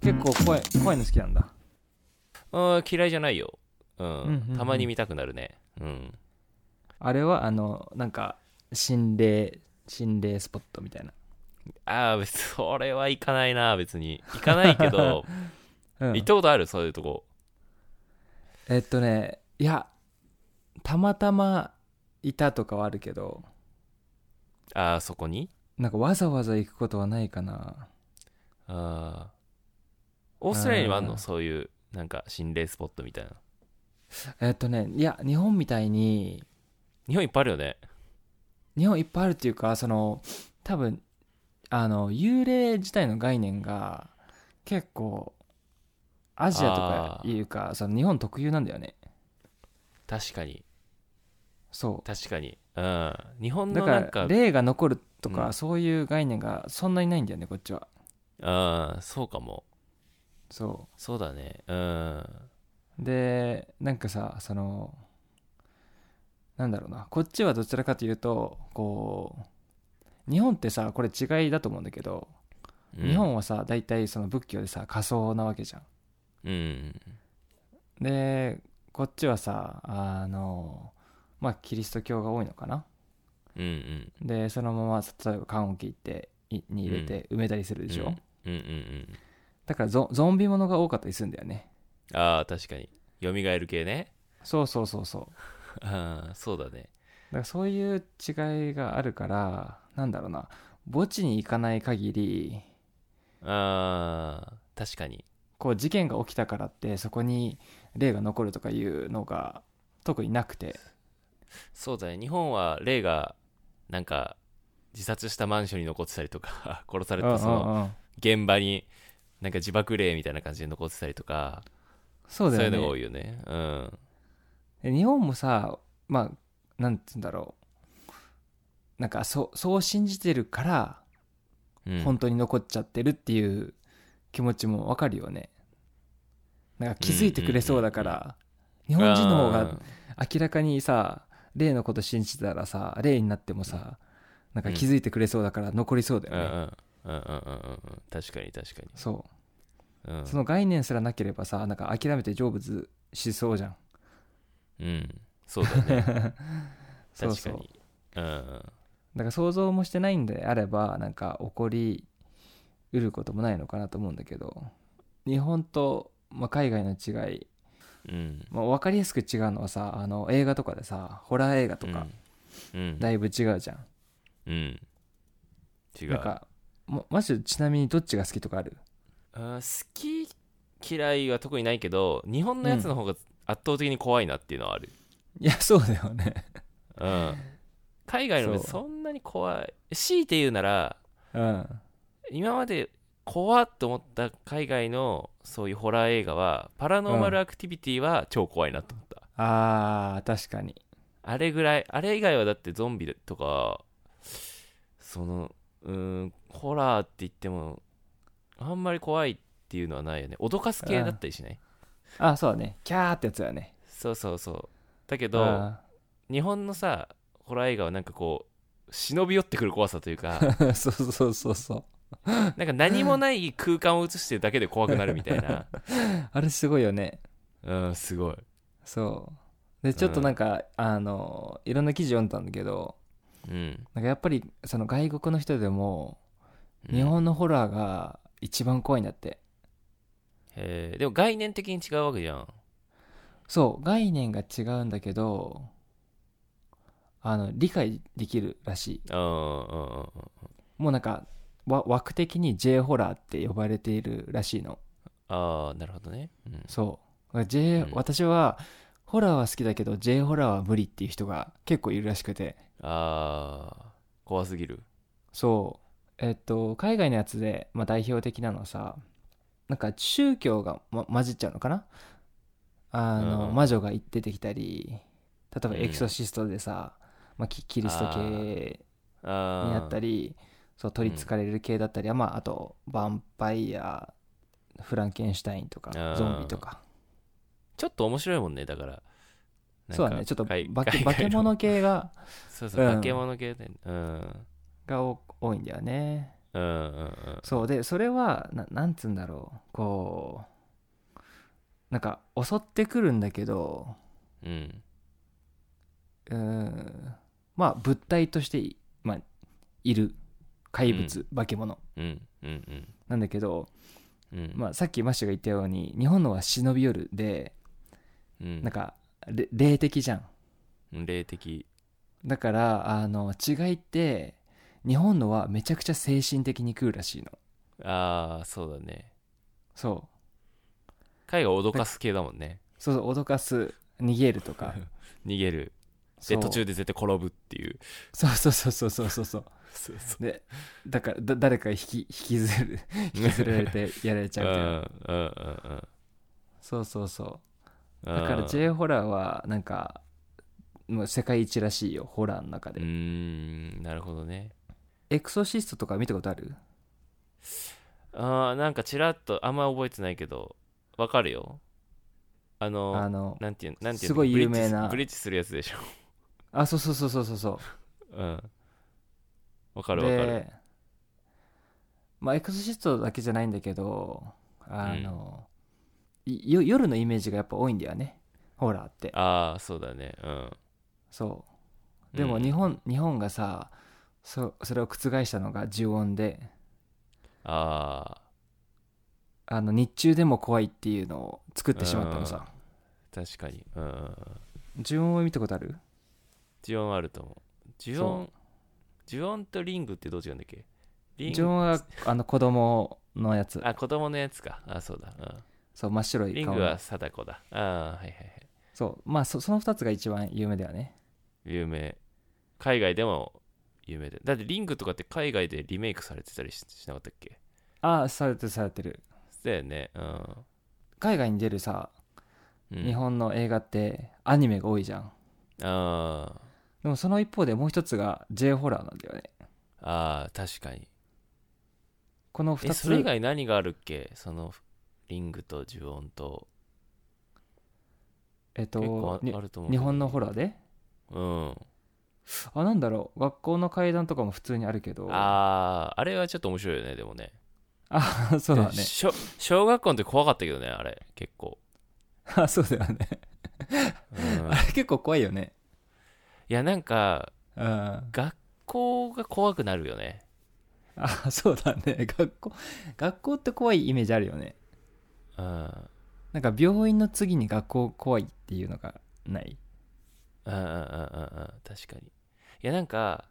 結構声怖いの好きなんだうん嫌いじゃないよ、うんうんうんうんたまに見たくなるねうんあれはあのなんか心霊心霊スポットみたいな、ああ別にそれは行かないな別に行かないけどうん行ったことある そういうとこえっとねいやたまたまいたとかはあるけどああそこになんかわざわざ行くことはないかなああオーストラリアにもあんあーのそういうなんか心霊スポットみたいなえっとねいや日本みたいに日本いっぱいあるよね日本いっぱいあるっていうかその多分あの幽霊自体の概念が結構アジアとかあーいうかその日本特有なんだよね確かにそ確かにうん日本うだのかなんらか霊が残るとか、うんそういう概念がそんなにないんだよねこっちはああそうかもそそうだねうんうでなんかさそのなんだろうなこっちはどちらかというとこう日本ってさこれ違いだと思うんだけど、うん日本はさ大体その仏教でさ仮想なわけじゃんうんでこっちはさあのまあキリスト教が多いのかなうんうんでそのまま例えば棺を切っていに入れて埋めたりするでしょ、うんうんうんだからゾゾンビものが多かったりするんだよねああ確かによみがえる系ねそうそうそうそうああそうだねだからそういう違いがあるからなんだろうな墓地に行かない限りああ確かにこう事件が起きたからってそこに霊が残るとかいうのが特になくてそうだね日本は霊がなんか自殺したマンションに残ってたりとか 殺されたそのうんうんうん現場になんか自爆霊みたいな感じで残ってたりとかそうだよいねうのが多いよねうんで日本もさまあなんつうんだろうなんかそうそう信じてるからうん本当に残っちゃってるっていう気持ちもわかるよねなんか気づいてくれそうだから日本人の方あがー明らかにさ霊のこと信じてたらさ霊になってもさなんか気づいてくれそうだから残りそうだうよんうね、んうんうんうんうん確かに確かにそううんその概念すらなければさなんか諦めて成仏しそうじゃんうんそうだね そう確そかうにうんだから想像もしてないんであればなんか起こりうることもないのかなと思うんだけど日本と、まあ、海外の違い、うんまあ、分かりやすく違うのはさあの映画とかでさホラー映画とかうんだいぶ違うじゃん、うん、うん違うなんかもマジでちなみにどっちが好きとかあるあー好き嫌いは特にないけど日本のやつの方が圧倒的に怖いなっていうのはある、いやそうだよねうん海外のそうそんなに怖い強いて言うならうん今まで怖っと思った海外のそういうホラー映画はパラノーマルアクティビティは超怖いなと思った、あー確かにあれぐらいあれ以外はだってゾンビとかそのうーんホラーって言ってもあんまり怖いっていうのはないよね脅かす系だったりしないあそうだねキャーってやつだよねそうそうそうだけど、あ日本のさホラー映画はなんかこう忍び寄ってくる怖さという かーそうそうそうそうなんか何もない空間を映してるだけで怖くなるみた いなあれすごいよねうんすごいそうでちょっとなんか、あのいろんな記事読んだんだけどうんなんかやっぱりその外国の人でもうん日本のホラーが一番怖いんだって、へーでも概念的に違うわけじゃんそう概念が違うんだけどあの理解できるらしいうんうんうんうんもうなんかわ枠的に J ホラーって呼ばれているらしいのああなるほどね、うん、そうだから J、うん私はホラーは好きだけど J ホラーは無理っていう人が結構いるらしくてああ怖すぎるそうえっと海外のやつで、まあ、代表的なのはさなんか宗教が、ま、混じっちゃうのかなあの、うん魔女が出てきたり例えばうんエクソシストでさ、まあ、キキリスト系にああなったりりそう取りつかれる系だったり、まあ、あとヴァンパイアフランケンシュタインとかうんゾンビとかちょっと面白いもんねだからなんかそうだねちょっと海化け海化け外の物系がそうそううん化け物系でうんが多多いんだよねうんうんうんそうでそれはななんつうんだろうこうなんか襲ってくるんだけどうんうーんまあ物体としてい,、まあ、いる怪物、化け物うんうんうんなんだけど、うんまあ、さっきマッシュが言ったように日本のは忍び寄るでうんなんかれ霊的じゃん霊的だからあの違いって日本のはめちゃくちゃ精神的に食うらしいのああそうだねそう海が脅かす系だも んねそうそう脅かす逃げると か逃げるそでう途中で絶対転ぶっていうそうそうそうそうそうそうそうそうそでだからだ誰か引き引きずる 引きずられてやられちゃうみたいなうんうんうんそうそうそううんだからう J ホラーはなんかもう世界一らしいよホラーの中で、ーんなるほどねエクソシストとか見たことあるあーなんかちらっとあんま覚えてないけどわかるよあのあのなんていうなんていうのすごい有名ブリッなジブリッジするやつでしょ あそうそうそうそうそうそううんわかるわかるでまあエクソシストだけじゃないんだけどあの、いよ夜のイメージがやっぱ多いんだよねホラーってああそうだねうんそううんでも日本,、日本がさそそれを覆したのが呪音であああの日中でも怖いっていうのを作ってしまったのさ確かにうんうんうん呪音を見たことある呪音あると思う呪音呪音とリングってどっちなんだっけリン呪音はあの子供のやつあ子供のやつかあそうだ、そう真っ白うん、リいン顔グのは貞子だあーはいはいはいそうまあそその2つが一番有名だよね有名海外でも有名でだってリングとかって海外でリメイクされてたりししなかったっけああされてるされてるだよねうん、海外に出るさうん、日本の映画ってアニメが多いじゃんあーでもその一方でもう一つが J ホラーなんだよねあー確かにこの2えつそれ以外何があるっけそのリングと呪音とえっ結構とにああると思うけ日ど本のホラーでうんあなんだろう学校の階段とかも普通にあるけどあああれはちょっと面白いよねでもねあ そうだねでしょ小学校の時怖かったけどねあれ結構、あ そうだよねうん、いあれ結構怖いよねやなんかうんあ学校が怖くなるよね そうだね学校学校って怖いイメージあるよねうんなんか病院の次に学校怖いっていうのがないうんうんうんうんうん確かにいやなんか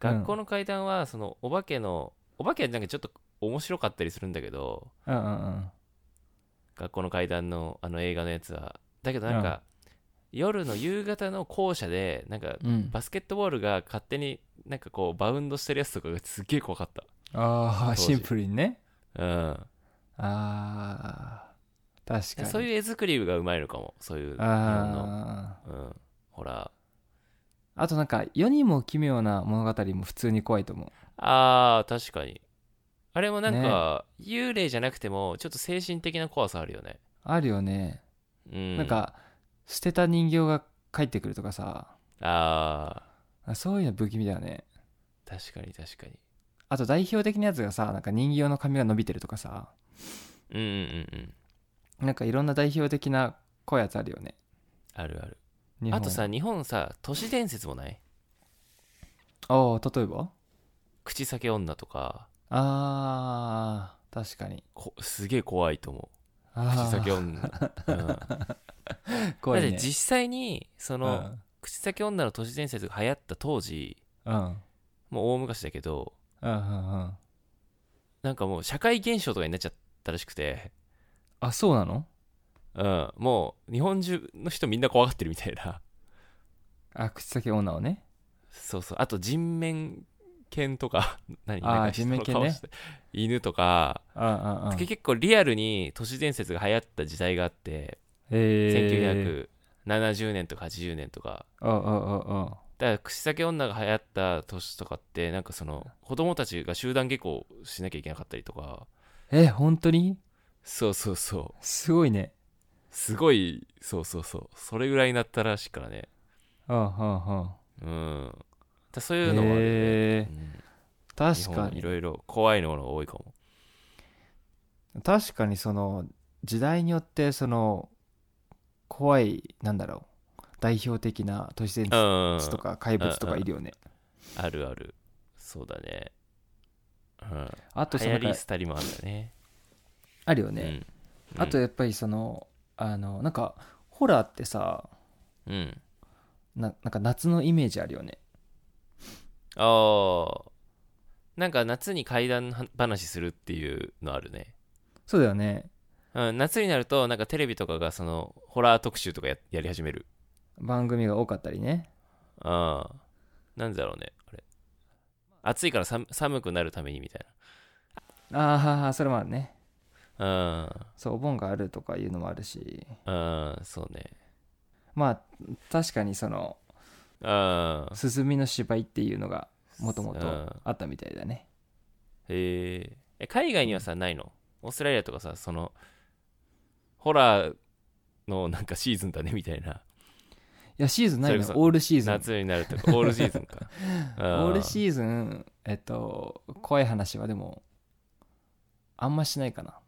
学校の階段はそのお化けの、お化けはなんかちょっと面白かったりするんだけどうんうんうん学校の階段のあの映画のやつはだけどなんか、夜の夕方の校舎でなんかうんバスケットボールが勝手になんかこうバウンドしてるやつとかがすっげえ怖かっああ当シ時ンプルにねたうんあー確かにそういう絵作りがうまいのかもそういう日本の、あーうん、ホラあとなんか世にも奇妙な物語も普通に怖いと思うーあー確かにあれもなんか、幽霊じゃなくてもちょっと精神的な怖さあるよね、あるよね、うん、なんか捨てた人形が帰ってくるとかさああそういうの不気味だよねー確かに確かにあと代表的なやつがさなんか人形の髪が伸びてるとかさうんうんうんうんなんかいろんな代表的な怖いやつあるよねあるある日本あとさ日本さ都市伝説もないああ例えば口裂け女とかあー確かにこすげえ怖いと思う口あ裂け女、うん、あ 怖いだっねて実際にそうんの、口裂け女の都市伝説が流行った当時うんもう大昔だけどうんうんうんなんかもう社会現象とかになっちゃったらしくて、あそうなのうん、もう日本中の人みんな怖がってるみたいなあ口先女をねそうそうあと人面犬とか 何あーなんか人の人面犬ね顔して犬とか、うんうんうん結構リアルに都市伝説が流行った時代があって、えー、 1970年とか80年とかああああだから口先女が流行った年とかってなんかその子供たちが集団下校しなきゃいけなかったりとかえ本当にそうそうそうすごいねすごいそうそうそうそれぐらいになったらしいからねうんうんうんうんだそういうのはあるよね、えー、日確か本いにろいろ怖いものが多いかも確かにその時代によってその怖いなんだろう代表的な都市伝う説とんか怪物とうんかうんいるよねあるあるそうだねうんあと流その行なんりか廃りもあるんだねあるよね、うんあとやっぱりそのあのなんかホラーってさうんななんか夏のイメージあるよねああなんか夏に怪談は話するっていうのあるねそうだよねうん、夏になるとなんかテレビとかがそのホラー特集とかややり始める番組が多かったりねああなんでだろうねあれ暑いから寒寒くなるためにみたいああそれもあるねなそうお盆があるとかいうのもあるしうんうんそうねまあ確かにその「ああすずみの芝居」っていうのがもともとうんあったみたいだねへーえ海外にはさないのオーストラリアとかさそのホラーのなんかシーズンだねみたいないやシーズンないのそれこそオールシーズン夏になるとかオールシーズ ンかオオールシーズンえっと怖い話はでもあんましないかな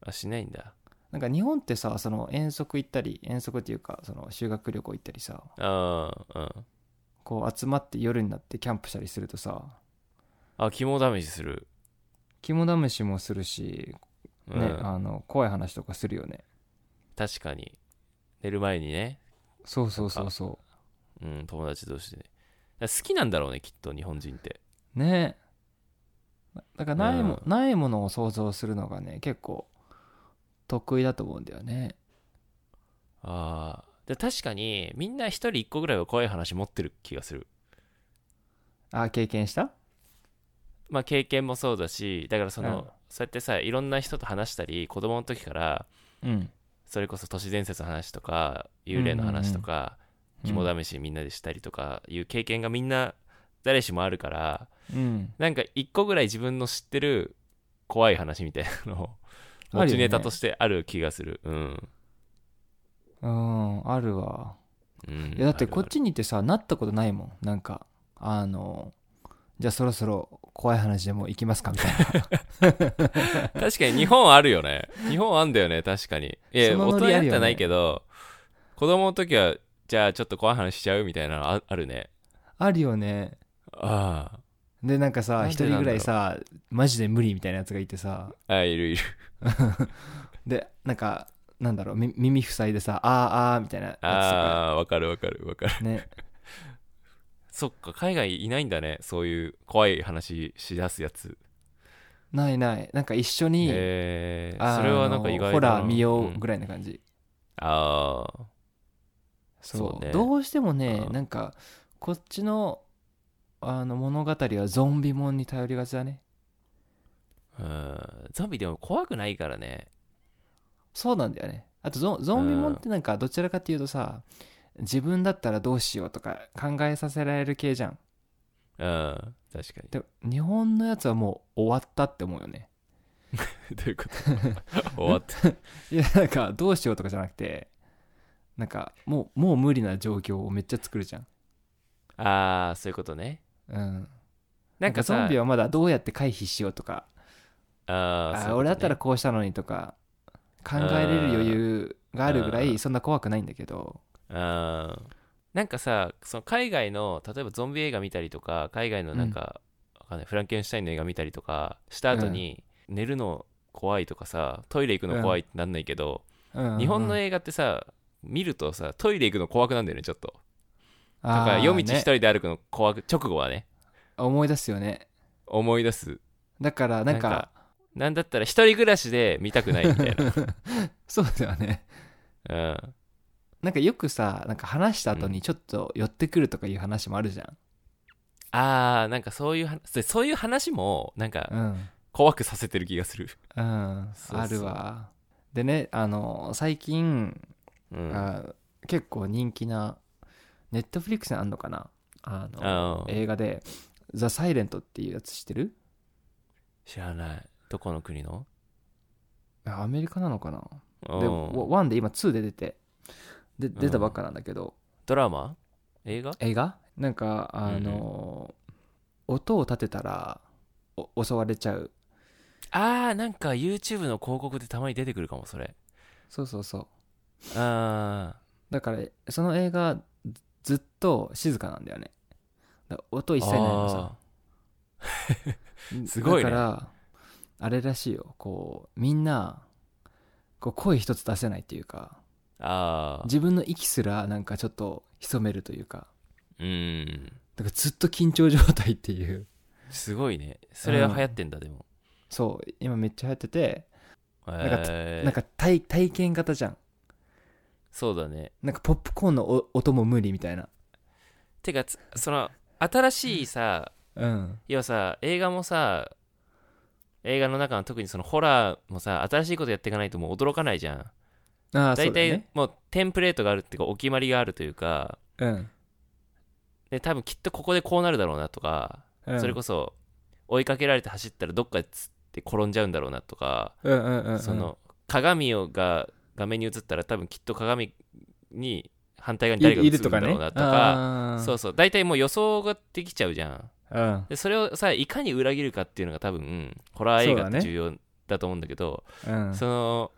あしないんだなんか日本ってさその遠足行ったり遠足っていうかその修学旅行行ったりさあーうんこう集まって夜になってキャンプしたりするとさあ肝試しする、肝試しもするし、ねうんあの怖い話とかするよね確かに寝る前にね、そうそうそうそうん、友達同士でねだから好きなんだろうねきっと日本人ってうねだからないも,、うんないものを想像するのがね結構得意だと思うんだよねああで確かにみんな一人一個ぐらいは怖い話持ってる気がするあ経験したまあ経験もそうだしだからその、うんそうやってさいろんな人と話したり子供の時からうんそれこそ都市伝説の話とか幽霊の話とだか、肝試しみんなでしたりとかいう経験がみんな誰しもあるからうんなんか一個ぐらい自分の知ってる怖い話みたいなのを あるよね持ちネタとしてある気がする、うん、うんあるわうん、いやだってあるあるこっちにいてさなったことないもんなんかあのじゃあそろそろ怖い話でも行きますかみたい な確かに日本あるよね。日本あんだよね、確かに。いや、その大ノ人リにあなるよねったらないけど、子供の時は、じゃあちょっと怖い話しちゃうみたいなのああるね。あるよねあでなんかなさんで一人ぐらいさマジで無理みたいなやつがいてさあ、あいるいる。でなんかなんだろうみ耳塞いでさあーあーみたいなやつとか ああー、わかるわかるわかる。ね そっか、海外いないんだね、そういう怖い話しだすやつ。ないないなんか一緒にへえあーそれはなんか意外だなホラー見よんうぐらいな感じ、ああ、そうそうねどうしてもね、うんなんかこっちのあの物語はゾンビもんに頼りがちだねうん。ゾンビでも怖くないからね。そうなんだよねあとゾンゾンビもんってなんかどちらかっていうとさ、自分だったらどうしようとか考えさせられる系じゃんうん、確かに。で日本のやつはもう終わったって思うよねどういうこと 終わった。いやなんかどうしようとかじゃなくてなんかもうもう無理な状況をめっちゃ作るじゃんああ、そういうことね。うんなんかさ、ゾンビはまだどうやって回避しようとかああーそういうことね俺だったらこうしたのにとか考えれる余裕があるぐらういんそんな怖くないんだけどあーなんかさその海外の例えばゾンビ映画見たりとか海外のなんか,、わかんないフランケンシュタインの映画見たりとかした後に、寝るの怖いとかさトイレ行くの怖いってなんないけど、日本の絵映画ってさ見るとさトイレ行くの怖くなんだよねちょっとだから夜道一人で歩くの怖く直後はね思い出すよね思い出すだからなんかなんだったら一人暮らしで見たくないみたいな、そうだよね うん、なんかよくさなんか話した後にちょっと寄ってくるとかいう話もあるじゃん、あーなんかそういう話そそういう話もなんかうん怖くさせてる気がする、うんそうそうあるわでねあの最近、うん、ああ結構人気なネットフリックスにあんのかなあのあー映画で「ザ・サイレントっていうやつ知ってる知らないどこの国のあアメリカなのかなうんで1で今2で出てで出たばっかなんだけど、ドラマ映画映画なんかあの、音を立てたらお襲われちゃうあーなんか YouTube の広告でたまに出てくるかもそれそうそうそうあだからその映画ずずっと静かなんだよねだから音一切ないのさーすごいだねからあれらしいよこうみんなこう声一つ出せないっていうかあーあー自分の息すらなんかちょっと潜めるというかうんだからずっと緊張状態っていうすごいねそれは流行ってんだでも、そう今めっちゃ流行ってて、んかえーなんか体体験型じゃんそうだねなんかポップコーンのお音も無理みたいなてかつその新しいさうん要はさ映画もさ映画の中の特にそのホラーもさ新しいことやっていかないともう驚かないじゃんああそ大うだよ体ねもうテンプレートがあるっていうかお決まりがあるというかうん、で多分きっとここでこうなるだろうなとか、うん、それこそ追いかけられて走ったらどっかでつって転んじゃうんだろうなとか、そうんうんうんうんその鏡をが画面に映ったら多分きっと鏡に反対側に誰がい映いるるとんだかねろうなとかあーそうそう大体もう予想ができちゃうじゃんうんでそれをさいかに裏切るかっていうのが多分ホラー映画って重要だと思うんだけどうんその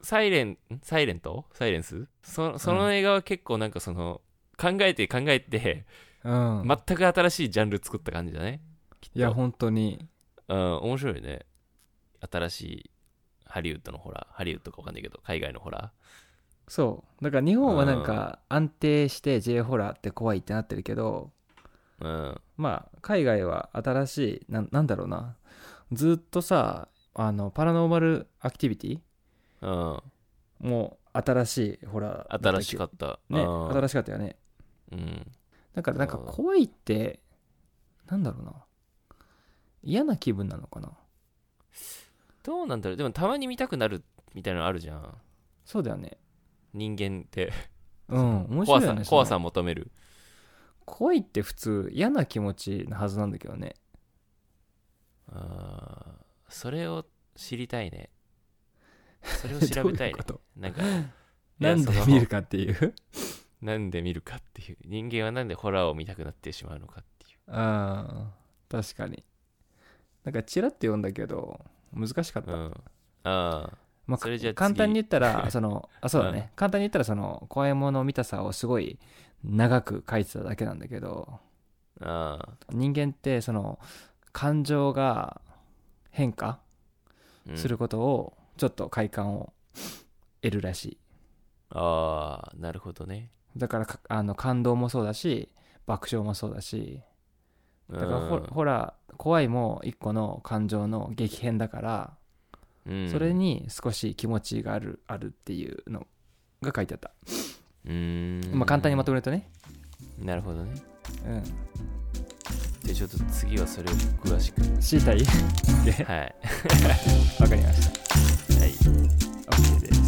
サイレンんサイレントサイレンスそその映画は結構なんかその考えて考えてうん全く新しいジャンル作った感じだねきっといや本当にうん面白いね新しいハリウッドのホラーハリウッドかわかんないけど海外のホラそうだから日本はなんか安定して J ホラーって怖いってなってるけどーうんまあ海外は新しいなんなんだろうなずっとさあのパラノーマルアクティビティうんも新しいホラーだったっけ新しかったねうん新しかったよねうんだからなんかなるほど怖いってなんだろうな嫌な気分なのかなどうなんだろうでもたまに見たくなるみたいなのあるじゃんそうだよね人間ってうん面白怖いよさね怖そさの求める怖いって普通嫌な気持ちなはずなんだけどねあーそれを知りたいねそれを調べたいね どううことなんかないんやでその見るかっていうなんで見るかっていう人間はなんでホラーを見たくなってしまうのかっていうあー確かになんかチラッと読んだけど難しかった、うんああまあ、それじゃあ次簡単に言った らそのあそうだね、簡単に言ったらその怖いものを見たさをすごい長く書いてただけなんだけどあ人間ってその感情が変化あ、うんすることをちょっと快感を得るらしいああなるほどねだからかあの感動もそうだし爆笑もそうだしだだからほ,、ほら怖いも一個の感情の激変だから、うん、それに少し気持ちがあるあるっていうのが書いてあった、うーんまあ、簡単にまとめるとねなるほどねうんでちょっと次はそれを 詳しく知りたいはいわかりましたはい OK です